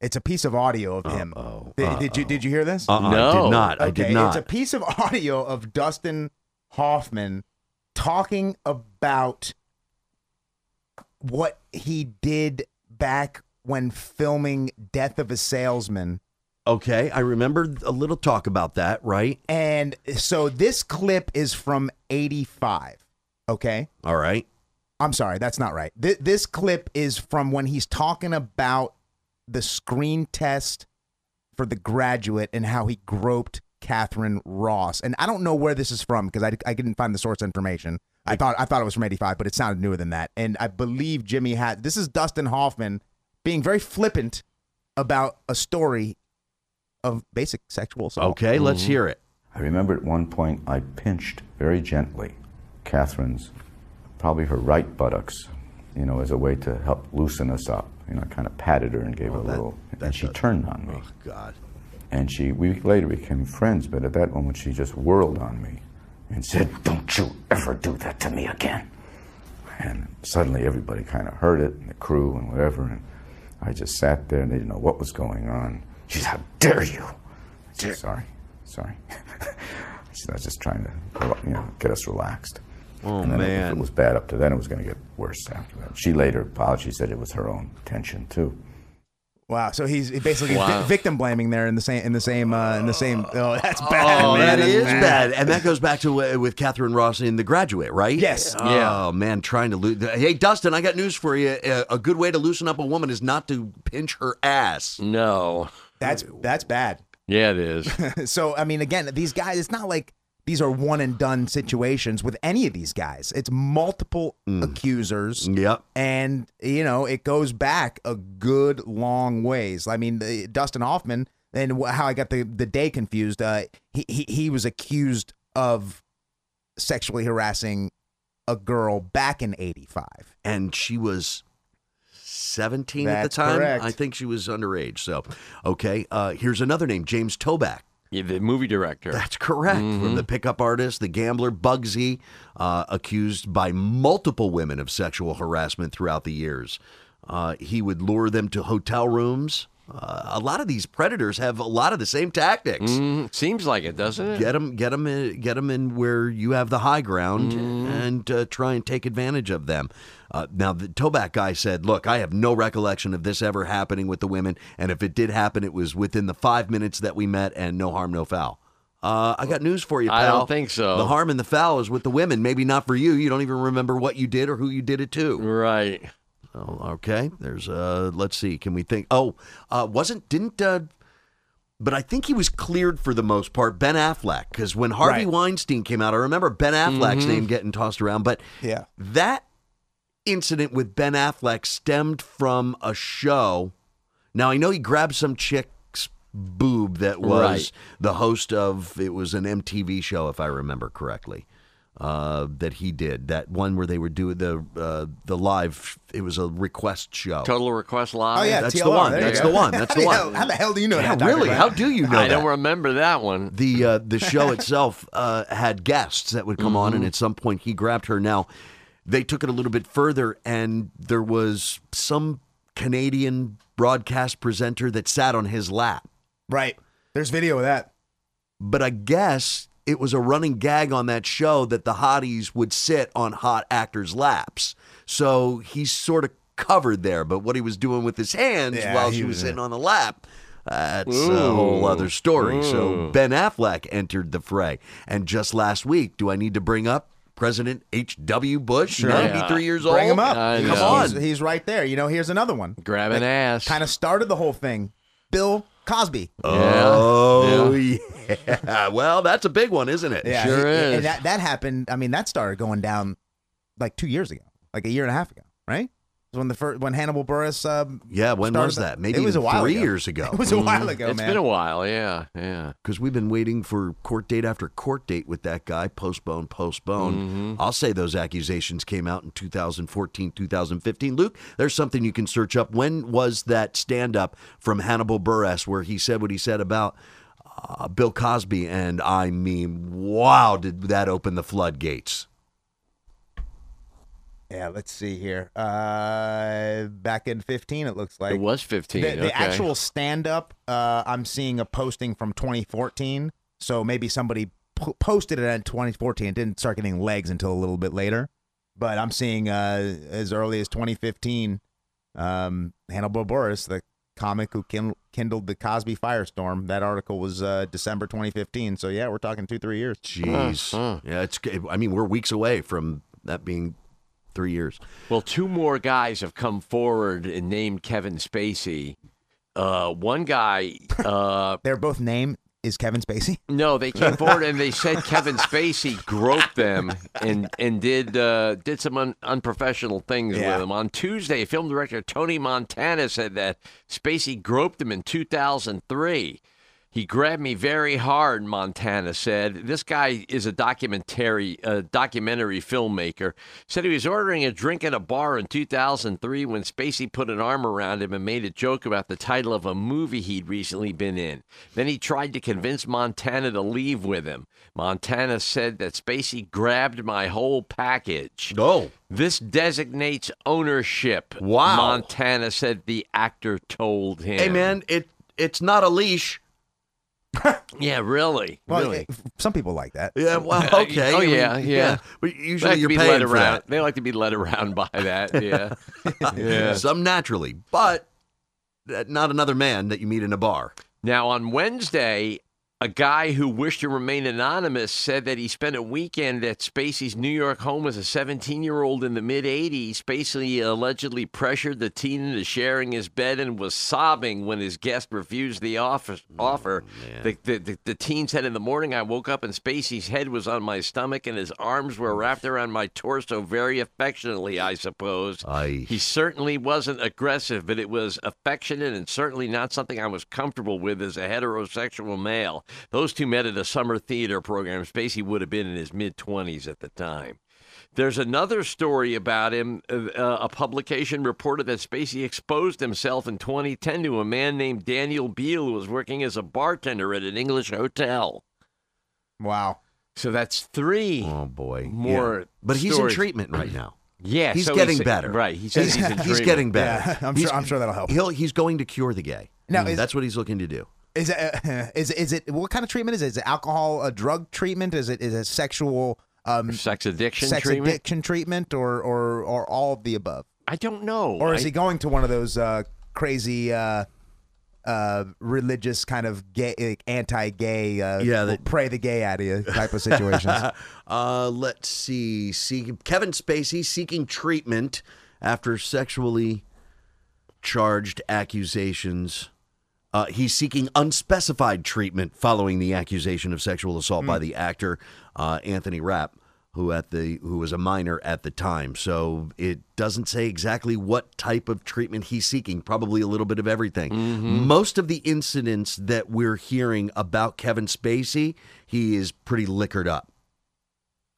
S7: It's a piece of audio of him. Did, did you did you hear this?
S5: Uh-uh, I did No. not. I did
S7: Okay,
S5: not.
S7: It's a piece of audio of Dustin Hoffman talking about what he did back when filming Death of a Salesman.
S5: Okay, I remember a little talk about that, right?
S7: And so this clip is from 85. Okay.
S5: All right.
S7: I'm sorry, that's not right. Th- this clip is from when he's talking about the screen test for the graduate and how he groped Catherine Ross. And I don't know where this is from because I, I didn't find the source information. I thought I thought it was from 85, but it sounded newer than that. And I believe Jimmy had this is Dustin Hoffman being very flippant about a story of basic sexual
S5: Oh.
S7: assault.
S5: it.
S16: I remember at one point I pinched very gently Catherine's, probably her right buttocks, you know, as a way to help loosen us up. You know, I kind of patted her and gave her a little, and she turned on me.
S5: Oh, God.
S16: And she, we later became friends, but at that moment she just whirled on me and said, Don't you ever do that to me again. And suddenly everybody kind of heard it, and the crew and whatever, and I just sat there and they didn't know what was going on. She said, How dare you! I said, Sorry, sorry. she said, I was just trying to you know, get us relaxed.
S5: Oh,
S16: and then it-
S5: man.
S16: If it was bad up to then, it was going to get worse after that. She later apologized. She said it was her own tension, too.
S7: Wow, so he's basically
S16: Wow.
S7: vi- victim blaming there in the same in the same uh, in the same. Oh, that's bad.
S5: Oh, that
S7: man. That's
S5: is bad. And that goes back to uh, with Catherine Ross in The Graduate, right?
S7: Yes.
S5: Oh,
S7: Yeah.
S5: man, trying to lose. Hey, Dustin, I got news for you. Uh, A a good way to loosen up a woman is not to pinch her ass.
S6: No.
S7: That's that's bad.
S6: Yeah, it is.
S7: so I mean, again, these guys. It's not like these are one and done situations with any of these guys. It's multiple
S5: Mm.
S7: accusers.
S5: Yep.
S7: And you know, it goes back a good long ways. I mean, the, Dustin Hoffman and wh- how I got the the day confused. Uh, he he he was accused of sexually harassing a girl back in '85.
S5: And she was 17 at
S7: That's
S5: the time.
S7: correct.
S5: I think she was underage. So, okay. Uh, here's another name James Toback.
S6: Yeah, the movie director.
S5: That's correct. From the pickup artist, the gambler, Bugsy, uh, accused by multiple women of sexual harassment throughout the years. Uh, he would lure them to hotel rooms. Uh, a lot of these predators have a lot of the same tactics.
S6: Mm-hmm. seems like it, doesn't it?
S5: Get them, get them, in, get 'em in where you have the high ground
S6: Mm-hmm.
S5: and uh, try and take advantage of them. Uh, now, the Toback guy said, "Look, I have no recollection of this ever happening with the women, and if it did happen, it was within the five minutes that we met, and no harm, no foul." Uh, I got news for you, pal.
S6: I don't think so.
S5: The harm and the foul is with the women. Maybe not for you. You don't even remember what you did or who you did it to.
S6: Right.
S5: Oh, okay. There's uh let's see. Can we think Oh, uh wasn't didn't uh but I think he was cleared for the most part, Ben Affleck, because when Harvey
S7: Right.
S5: Weinstein came out, I remember Ben Affleck's
S7: Mhm.
S5: name getting tossed around. But
S7: Yeah.
S5: that incident with Ben Affleck stemmed from a show. Now I know he grabbed some chick's boob that was
S6: Right.
S5: the host of it was an MTV show, if I remember correctly. Uh, that he did that one where they were doing the uh, the live. It was a request show.
S6: Total Request
S7: Oh,
S6: Live.
S5: yeah, That's the TLR, one. there you That's go. the one. That's the
S7: How
S5: one.
S7: How the hell do you know
S5: Yeah,
S7: that? Dr.
S5: really?
S7: Brad?
S5: How do you know?
S6: I don't
S5: that?
S6: remember that one.
S5: The uh, the show itself uh, had guests that would come on, and at some point he grabbed her. Now they took it a little bit further, and there was some Canadian broadcast presenter that sat on his lap.
S7: Right. There's video of that.
S5: But I guess it was a running gag on that show that the hotties would sit on hot actors' laps. So he's sort of covered there. But what he was doing with his hands
S6: Yeah,
S5: while
S6: he
S5: she was
S6: was-
S5: sitting on the lap, that's a whole
S6: Ooh.
S5: other story. So
S6: Ooh.
S5: Ben Affleck entered the fray. And just last week, do I need to bring up President H.W. Bush, 93 years old?
S7: Bring him up.
S5: Come
S7: He's-
S5: on.
S7: He's, he's right there. You know, here's another one.
S6: Grab an ass.
S7: Kind of started the whole thing. Bill Cosby.
S5: Oh yeah. Well, that's a big one, isn't it?
S7: Yeah, he- and that, that happened. I mean, that started going down like two years ago, like a year and a half ago, right? It was When the first, when Hannibal Burris, um,
S5: yeah, when
S7: started
S5: was
S7: the-
S5: that? Maybe
S7: it was a
S5: even
S7: while
S5: three
S7: ago.
S5: years ago.
S7: It was a
S6: Mm-hmm. Mm.
S7: while ago, man.
S5: while, yeah, yeah. Because we've been waiting for court date after court date with that guy, postpone, postpone. I'll say those accusations came out in 2014, 2015. Luke, there's something you can search up. When was that stand up from Hannibal Buress where he said what he said about uh, Bill Cosby? And I mean, wow, did that open the floodgates?
S7: Yeah, let's see here. Uh, back in 15, it looks like.
S6: It was 15,
S7: The, the
S6: okay.
S7: actual stand up, uh, I'm seeing a posting from 2014. So maybe somebody po- posted it in 2014. It didn't start getting legs until a little bit later. But I'm seeing uh, as early as 2015, um, Hannibal Burris, the comic who kin- kindled the Cosby firestorm. That article was uh, December 2015. So yeah, we're talking two, three years.
S5: Jeez. Yeah, it's. I mean, we're weeks away from that being three years.
S6: Well, two more guys have come forward and named Kevin Spacey. Uh, one guy, uh,
S7: Their both name is Kevin Spacey.
S6: no, they came forward and they said Kevin Spacey groped them and and did uh, did some un- unprofessional things with them. On Tuesday, film director Tony Montana said that Spacey groped him in 2003. He grabbed me very hard, Montana said. This guy is a documentary uh, documentary filmmaker. Said he was ordering a drink at a bar in 2003 when Spacey put an arm around him and made a joke about the title of a movie he'd recently been in. Then he tried to convince Montana to leave with him. Montana said that Spacey grabbed my whole package.
S5: No.
S6: This designates ownership.
S5: Wow.
S6: Montana said the actor told him.
S5: Hey, man, it it's not a leash.
S6: Yeah, really.
S7: Well,
S6: really.
S7: it- some people like that.
S5: Yeah, well, okay.
S6: Oh
S5: I mean,
S6: yeah, yeah.
S5: But
S6: They
S5: usually
S6: like to
S5: you're
S6: be
S5: paying
S6: led
S5: for
S6: around. They like to be led around by that. Yeah.
S5: that.
S6: Yeah.
S5: Some naturally, but that- not another man that you meet in a bar.
S6: now on Wednesday, a guy who wished to remain anonymous said that he spent a weekend at Spacey's New York home as a 17-year-old in the mid '80s. Spacey allegedly pressured the teen into sharing his bed and was sobbing when his guest refused the offer.
S5: Mm,
S6: offer. The, the, the, the teen said, "In the morning, I woke up and Spacey's head was on my stomach and his arms were wrapped around my torso very affectionately. I suppose he certainly wasn't aggressive, but it was affectionate and certainly not something I was comfortable with as a heterosexual male. Those two met at a summer theater program. Spacey would have been in his mid 20s at the time. There's another story about him. Uh, uh, a publication reported that Spacey exposed himself in 2010 to a man named Daniel Beal who was working as a bartender at an English hotel.
S7: Wow.
S6: So that's three.
S5: Oh boy,
S6: more.
S5: Yeah. But he's in
S6: stories.
S5: treatment right now.
S6: Yeah,
S5: he's
S6: so
S5: getting
S6: he's-
S5: better.
S6: right, he says he's in treatment.
S5: getting better.
S7: Yeah, I'm
S5: He's-
S7: sure- I'm sure that'll help.
S5: He'll he's going to cure the gay.
S7: Now,
S5: Mm,
S7: is-
S5: that's what he's looking to do.
S7: Is it, uh, is is it what kind of treatment is it? Is it alcohol a drug treatment? Is it is it sexual um
S5: Mm-hmm.
S6: Sex addiction
S7: sex
S6: treatment?
S7: addiction treatment or or or all of the above?
S6: I don't know.
S7: Or is
S6: I-
S7: he going to one of those uh, crazy uh, uh, religious kind of gay like, anti-gay uh,
S5: Yeah,
S7: will
S5: that-
S7: pray the gay out of you type of situations?
S5: uh, let's see. see. Kevin Spacey seeking treatment after sexually charged accusations. Uh, he's seeking unspecified treatment following the accusation of sexual assault
S6: Hmm.
S5: by the actor uh, Anthony Rapp, who at the who was a minor at the time. So it doesn't say exactly what type of treatment he's seeking. Probably a little bit of everything.
S6: Mm-hmm.
S5: Most of the incidents that we're hearing about Kevin Spacey, he is pretty liquored up.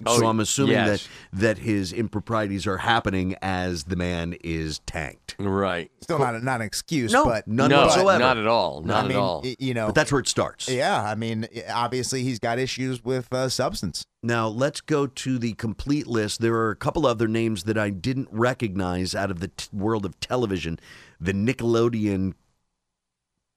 S6: Oh,
S5: so I'm assuming
S6: yes.
S5: that that his improprieties are happening as the man is tanked.
S6: Right.
S7: Still not not an excuse,
S5: No,
S7: but
S5: none No, whatsoever. not
S6: at all.
S7: I mean, y- You know,
S5: But that's where it starts.
S7: yeah. I mean, obviously he's got issues with uh, substance.
S5: Now let's go to the complete list. There are a couple other names that I didn't recognize out of the t- world of television. The Nickelodeon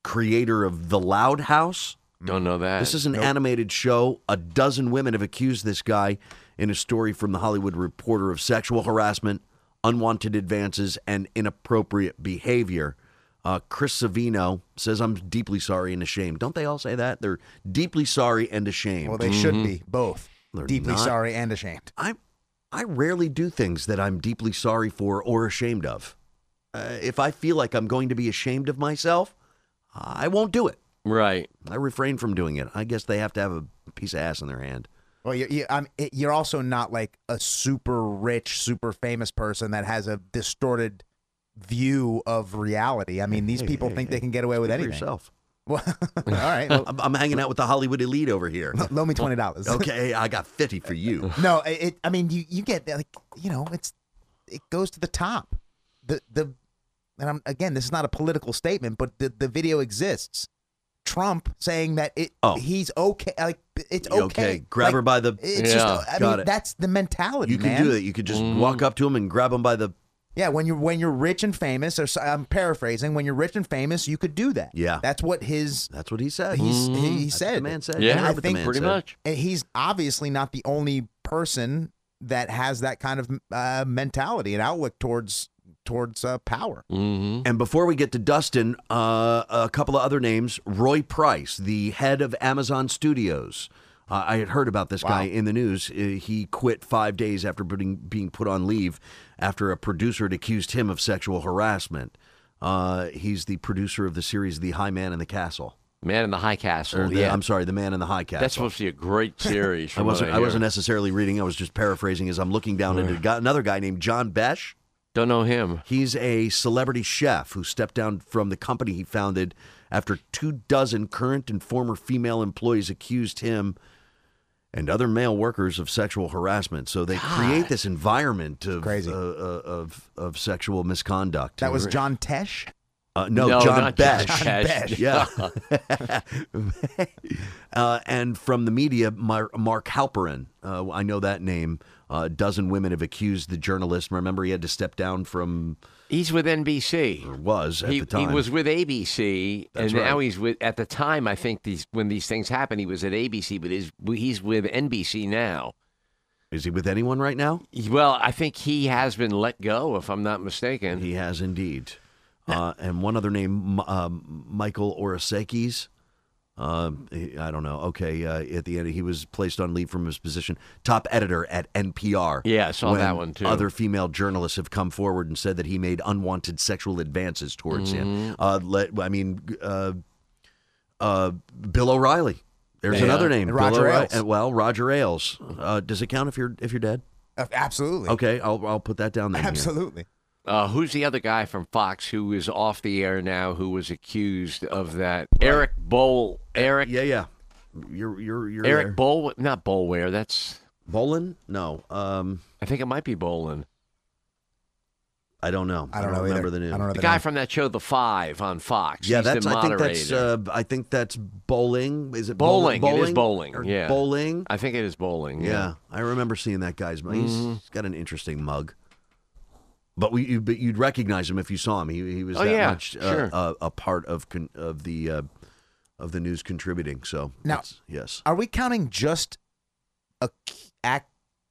S5: creator of The Loud House.
S6: Don't know that.
S5: This is an animated show. A dozen women have accused this guy in a story from the Hollywood Reporter of sexual harassment, unwanted advances, and inappropriate behavior. Uh, Chris Savino says, I'm deeply sorry and ashamed. Don't they all say that? They're deeply sorry and ashamed.
S7: Well, they should be both
S5: Mm-hmm. They're
S7: deeply
S5: not.
S7: sorry and ashamed.
S5: I, I rarely do things that I'm deeply sorry for or ashamed of. Uh, if I feel like I'm going to be ashamed of myself, I won't do it.
S6: Right.
S5: I refrain from doing it. I guess they have to have a piece of ass in their hand.
S7: Well, you're, you I'm, it- you're also not like a super rich, super famous person that has a distorted view of reality. I mean, these
S5: Hey,
S7: people
S5: hey,
S7: think
S5: hey,
S7: they can get away with
S5: speak for
S7: anything.
S5: yourself.
S7: Well, all right. well-
S5: I'm, I'm hanging out with the Hollywood elite over here.
S7: Loan me twenty dollars.
S5: okay, I got fifty for you.
S7: no, it, it- I mean, you you get like you know, it's it goes to the top. The the and I'm again, this is not a political statement, but the the video exists. Trump saying that it
S5: Oh.
S7: he's okay, like it's
S5: You
S7: okay.
S5: okay? Grab
S7: Like,
S5: her by the-
S7: It's
S5: Yeah.
S7: just, I
S5: Got
S7: mean,
S5: it.
S7: that's the mentality.
S5: You can
S7: man.
S5: do it. You could just walk up to him and grab him by the.
S7: Yeah, when you're when you're rich and famous, or so- I'm paraphrasing, when you're rich and famous, you could do that.
S5: Yeah.
S7: that's what his
S5: That's what he said.
S7: he's,
S5: Mhm.
S7: he,
S5: That's what
S7: said.
S5: the man said.
S7: And
S5: Yeah,
S7: Mm. I
S5: what the
S7: think
S5: man Pretty said. much.
S7: And he's obviously not the only person that has that kind of uh, mentality and outlook towards towards uh, power.
S5: Mm-hmm.
S6: Mm-hmm.
S5: And before we get to Dustin, uh, a couple of other names. Roy Price, the head of Amazon Studios. Uh, I had heard about this guy in the news. Uh, He quit five days after being, being put on leave after a producer had accused him of sexual harassment. Uh, he's the producer of the series The High Man in the Castle.
S6: Man in the High Castle.
S5: Or the-
S6: Oh, yeah.
S5: Oh, I'm sorry, The Man in the High Castle.
S6: That's supposed to be a great series.
S5: I
S6: from what
S5: wasn't. I,
S6: hear. Oh,
S5: wasn't necessarily reading. I was just paraphrasing as I'm looking down into got another guy named John Besh.
S6: Don't know him.
S5: He's a celebrity chef who stepped down from the company he founded after two dozen current and former female employees accused him and other male workers of sexual harassment. So they create this environment of uh, uh, of of sexual misconduct.
S7: That was John Tesh.
S5: Uh, no,
S7: No,
S5: John
S7: not
S5: Besh.
S7: John John Besh. Besh.
S5: Yeah. uh, and from the media, Mar- Mark Halperin. Uh, I know that name. Uh, a dozen women have accused the journalist. Remember, he had to step down from.
S6: He's with NBC.
S5: Or was at
S6: he,
S5: the time.
S6: he was with ABC,
S5: That's
S6: and now
S5: right.
S6: he's with. At the time, I think these when these things happen, he was at ABC, but is he's with NBC now.
S5: Is he with anyone right now?
S6: Well, I think he has been let go, if I'm not mistaken.
S5: He has indeed. Uh, and one other name, M- um, Michael Orasekis. Um, he- I don't know. Okay, uh, at the end, he was placed on leave from his position, top editor at NPR.
S6: Yeah, I saw that
S5: when
S6: one, too.
S5: Other female journalists have come forward and said that he made unwanted sexual advances towards him.
S6: Mhm.
S5: Uh, let, I mean, uh, uh, Bill O'Reilly. There's
S6: Yeah.
S5: another name,
S6: And
S5: Bill
S6: Roger
S5: O'Reilly-
S6: Ailes.
S5: uh, Well, Roger Ailes. Uh, does it count if you're if you're dead?
S7: Uh, Absolutely.
S5: Okay, I'll I'll put that down there.
S7: Absolutely.
S6: Uh, who's the other guy from Fox who is off the air now? Who was accused of that? Eric Bowl. Eric.
S5: Yeah, yeah. You're you're you're
S6: Eric
S5: there.
S6: Bowl. Not Bowlware. That's
S5: Bolin? No. Um,
S6: I think it might be Bolin.
S5: I don't know.
S7: I don't know
S5: remember
S7: either.
S5: the name.
S7: I don't know
S6: The guy from that show, The Five, on Fox.
S5: yeah,
S6: He's
S5: that's.
S6: The
S5: I think
S6: moderator.
S5: that's. Uh, I think that's bowling. Is it
S6: bowling.
S5: Bowling.
S6: It is bowling.
S5: Or
S6: yeah.
S5: Bowling.
S6: I think it is bowling.
S5: Yeah.
S6: Yeah.
S5: I remember seeing that guy's. He's,
S6: Mhm.
S5: he's got an interesting mug. But we, you, but you'd recognize him if you saw him. He, he was
S6: Oh,
S5: that
S6: yeah,
S5: much uh,
S6: sure.
S5: uh, a part of con- of the uh, of the news contributing. So
S7: Now-
S5: it's- yes,
S7: Are we counting just ac- ac-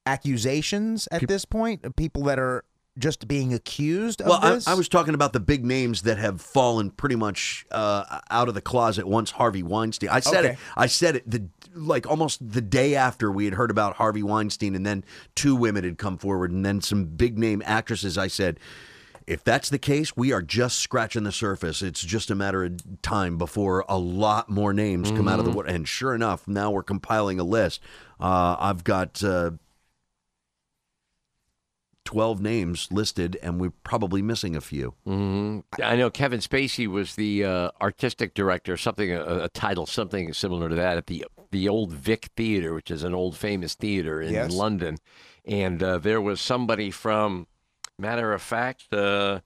S7: accusations at this point? People that are just being accused of
S5: Well, I,
S7: this?
S5: I was talking about the big names that have fallen pretty much uh, out of the closet once Harvey Weinstein. I said it.
S7: Okay.
S5: I said it the like almost the day after we had heard about Harvey Weinstein, and then two women had come forward, and then some big name actresses. I said. If that's the case, we are just scratching the surface. It's just a matter of time before a lot more names come out of the
S6: Mhm.
S7: Mm-hmm.
S5: wood. And sure enough, now we're compiling a list. Uh, I've got uh, 12 names listed, and we're probably missing a few.
S6: hmm I know Kevin Spacey was the uh, artistic director, something a, a title, something similar to that at the the old Vic Theater, which is an old famous theater in
S17: Yes.
S6: London, and uh, there was somebody from. Matter of fact, uh,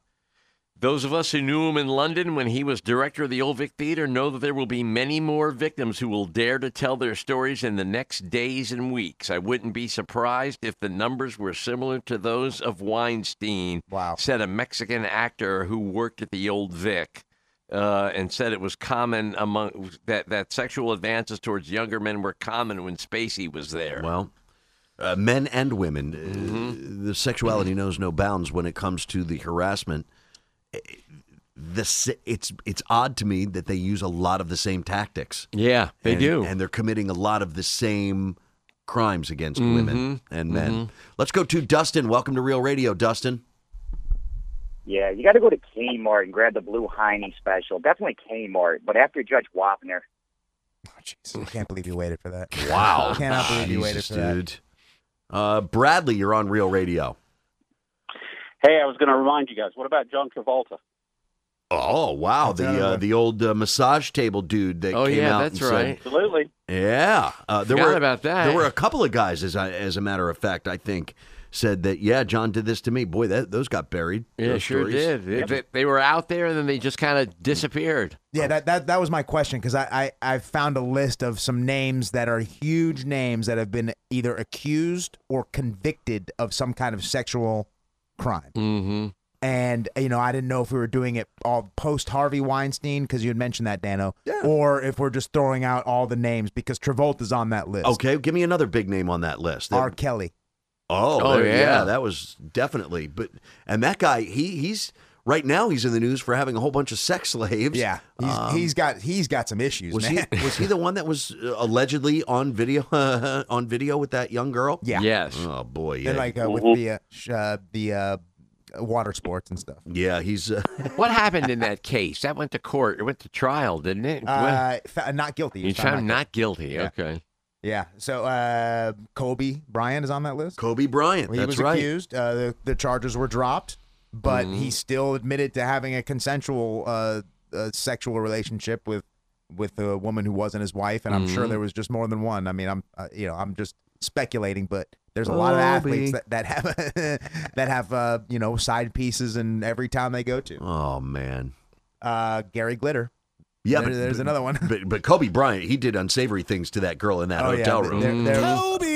S6: those of us who knew him in London when he was director of the Old Vic Theater know that there will be many more victims who will dare to tell their stories in the next days and weeks. I wouldn't be surprised if the numbers were similar to those of Weinstein, wow. said a Mexican actor who worked at the Old Vic. Uh, and said it was common among that, that sexual advances towards younger men were common when Spacey was there.
S5: Well, uh, men and women, uh, the sexuality knows no bounds when it comes to the harassment. Eh, The, sa- it's it's odd to me that they use a lot of the same tactics.
S6: Yeah, they
S5: And-
S6: do.
S5: and they're committing a lot of the same crimes against women
S6: Mhm.
S5: and men. Let's go to Dustin. Welcome to Real Radio, Dustin.
S17: Yeah, you got to go to Kmart and grab the Blue Heine special. Definitely Kmart, but after Judge Wapner.
S7: I can't believe you waited for that.
S5: Wow.
S7: Cannot believe you waited
S5: Jesus,
S7: for that.
S5: dude. Uh, Bradley, you're on Real Radio.
S18: Hey, I was going to remind you guys. What about John Travolta?
S5: Oh wow, the uh, the old uh, massage table dude that
S6: Oh,
S5: came
S6: yeah,
S5: out.
S6: that's
S5: and said-
S6: right.
S18: Absolutely.
S5: Yeah, uh, there
S6: Forgot
S5: were
S6: about that.
S5: There were a couple of guys, as I, as a matter of fact, I think said that. Yeah, John did this to me. Boy, that those got buried.
S6: Yeah,
S5: those
S6: sure
S5: stories.
S6: did. They- They, they were out there and then they just kind of disappeared.
S7: Yeah, that, that that was my question because I, I I found a list of some names that are huge names that have been either accused or convicted of some kind of sexual crime.
S6: Mm-hmm.
S7: And you know, I didn't know if we were doing it all post Harvey Weinstein because you had mentioned that Dano, or if we're just throwing out all the names because Travolta's on that list.
S5: Okay, give me another big name on that list. That-
S7: R. Kelly.
S5: Oh,
S7: Oh,
S5: there- yeah.
S7: yeah.
S5: that was definitely. But and that guy, he he's right now he's in the news for having a whole bunch of sex slaves.
S7: Yeah, he's,
S5: Um,
S7: he's got he's got some issues.
S5: was
S7: man.
S5: he was he the one that was uh, allegedly on video on video with that young girl?
S7: Yeah.
S6: Yes.
S5: Oh boy. Yeah.
S7: And like uh,
S6: Mm-hmm.
S7: with the uh, sh- uh, the uh, water sports and stuff.
S5: Yeah, he's. Uh...
S6: What happened in that case? That went to court. It went to trial, didn't it?
S7: Uh, fa- not guilty.
S6: you
S7: He's found
S6: found not guilty. Okay.
S7: Yeah. So uh, Kobe Bryant is on that list.
S5: Kobe Bryant.
S7: He
S6: that's
S7: was
S6: right. Mm-hmm.
S7: accused. Uh, the, the charges were dropped, but he still admitted to having a consensual uh, uh, sexual relationship with with a woman who wasn't his wife, and I'm sure
S6: Mhm.
S7: there was just more than one. I mean, I'm uh, you know I'm just speculating, but there's a lot of athletes
S5: Kobe.
S7: that, that have that have uh, you know side pieces in every town they go to.
S5: Oh man.
S7: Uh, Gary Glitter.
S5: Yeah,
S7: There-
S5: but,
S7: there's another one.
S5: But, but Kobe Bryant, he did unsavory things to that girl in that
S7: Oh, yeah,
S5: hotel
S7: th-
S5: room.
S7: there- there-
S5: Kobe.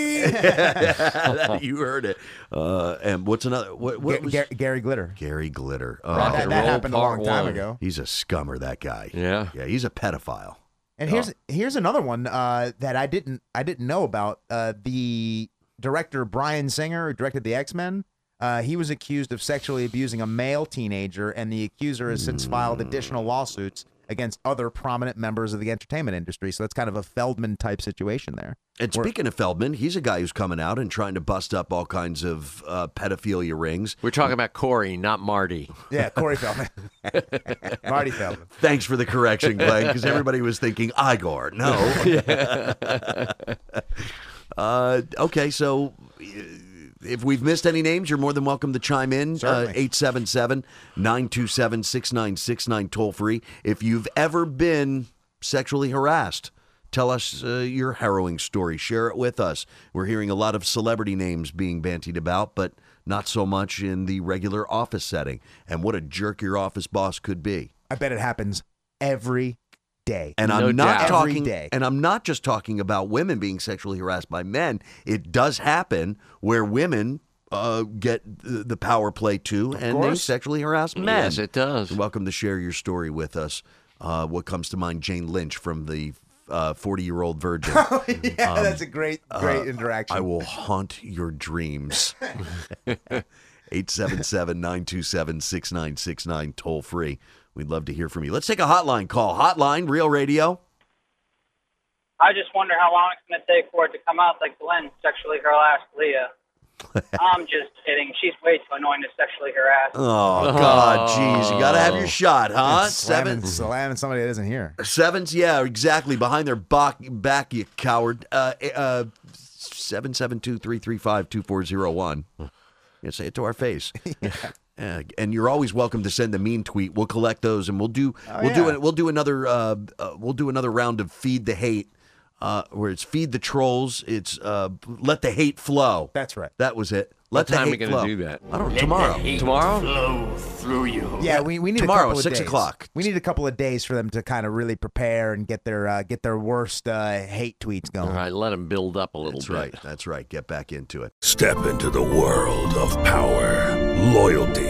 S5: you heard it. Uh, and what's another? What, what
S7: Ga-
S5: was
S7: Ga- Gary Glitter.
S5: Gary Glitter? Oh,
S7: Rock and That- that roll happened a part long time one. ago.
S5: He's a scummer. That guy.
S6: Yeah.
S5: Yeah. He's a pedophile.
S7: And here's here's another one uh, that I didn't I didn't know about. Uh, the director Brian Singer who directed the X Men. Uh, he was accused of sexually abusing a male teenager, and the accuser has since filed additional lawsuits against other prominent members of the entertainment industry. So that's kind of a Feldman type situation there.
S5: And speaking of Feldman, he's a guy who's coming out and trying to bust up all kinds of uh, pedophilia rings.
S6: We're talking about Corey, not Marty.
S7: Yeah, Corey Feldman, Marty Feldman.
S5: Thanks for the correction, Glenn, because everybody was thinking Igor. No. uh, okay, so uh, if we've missed any names, you're more than welcome to chime in. uh, 877 927 6969, toll free. If you've ever been sexually harassed, Tell us uh, your harrowing story. Share it with us. We're hearing a lot of celebrity names being bantied about, but not so much in the regular office setting. And what a jerk your office boss could be.
S7: I bet it happens every day.
S5: And I'm not
S7: every
S5: talking
S7: day.
S5: and I'm not just talking about women being sexually harassed by men. It does happen where women uh, get the the power play too, and they
S6: course.
S5: sexually harass men.
S6: Yes, it does.
S5: You're welcome to share your story with us. Uh, what comes to mind? Jane Lynch from the uh, forty-year-old virgin.
S7: Oh, yeah,
S5: Um,
S7: that's a great great
S5: uh,
S7: interaction.
S5: I will haunt your dreams. 877 927 6969, toll free. We'd love to hear from you. Let's take a hotline call. Hotline, Real Radio.
S19: I just wonder how long it's going to take for it to come out that Glenn sexually harassed Leah. I'm just kidding. She's way too annoying to sexually harass.
S5: Oh, God, jeez. You got to have your shot, huh?
S7: And slamming,
S5: Seven-
S7: slamming somebody that isn't here.
S5: Sevens, yeah, exactly. Behind their back, back you coward. Uh, uh, 772-335-2401. Yeah, say it to our face. Uh, and you're always welcome to send a mean tweet. We'll collect those, and we'll do
S6: Oh,
S5: we'll do
S7: yeah.
S5: it. We'll do another uh, uh, we'll do another round of feed the hate, uh, where it's feed the trolls. It's uh, let the hate flow.
S7: That's right.
S5: That was it.
S6: What
S5: Let the
S6: time are we
S5: hate
S6: gonna
S5: flow.
S6: do that?
S5: I
S6: Let
S5: don't
S6: the
S5: tomorrow.
S6: hate Tomorrow?
S20: Flow Oh, through you.
S7: Yeah, we, we need
S5: tomorrow,
S7: a couple of
S5: six
S7: days.
S5: o'clock.
S7: We need a couple of days for them to kind of really prepare and get their uh, get their worst uh, hate tweets going.
S6: All right, let him build up a little
S5: That's
S6: bit.
S5: right. That's right. Get back into it.
S21: Step into the world of power, loyalty,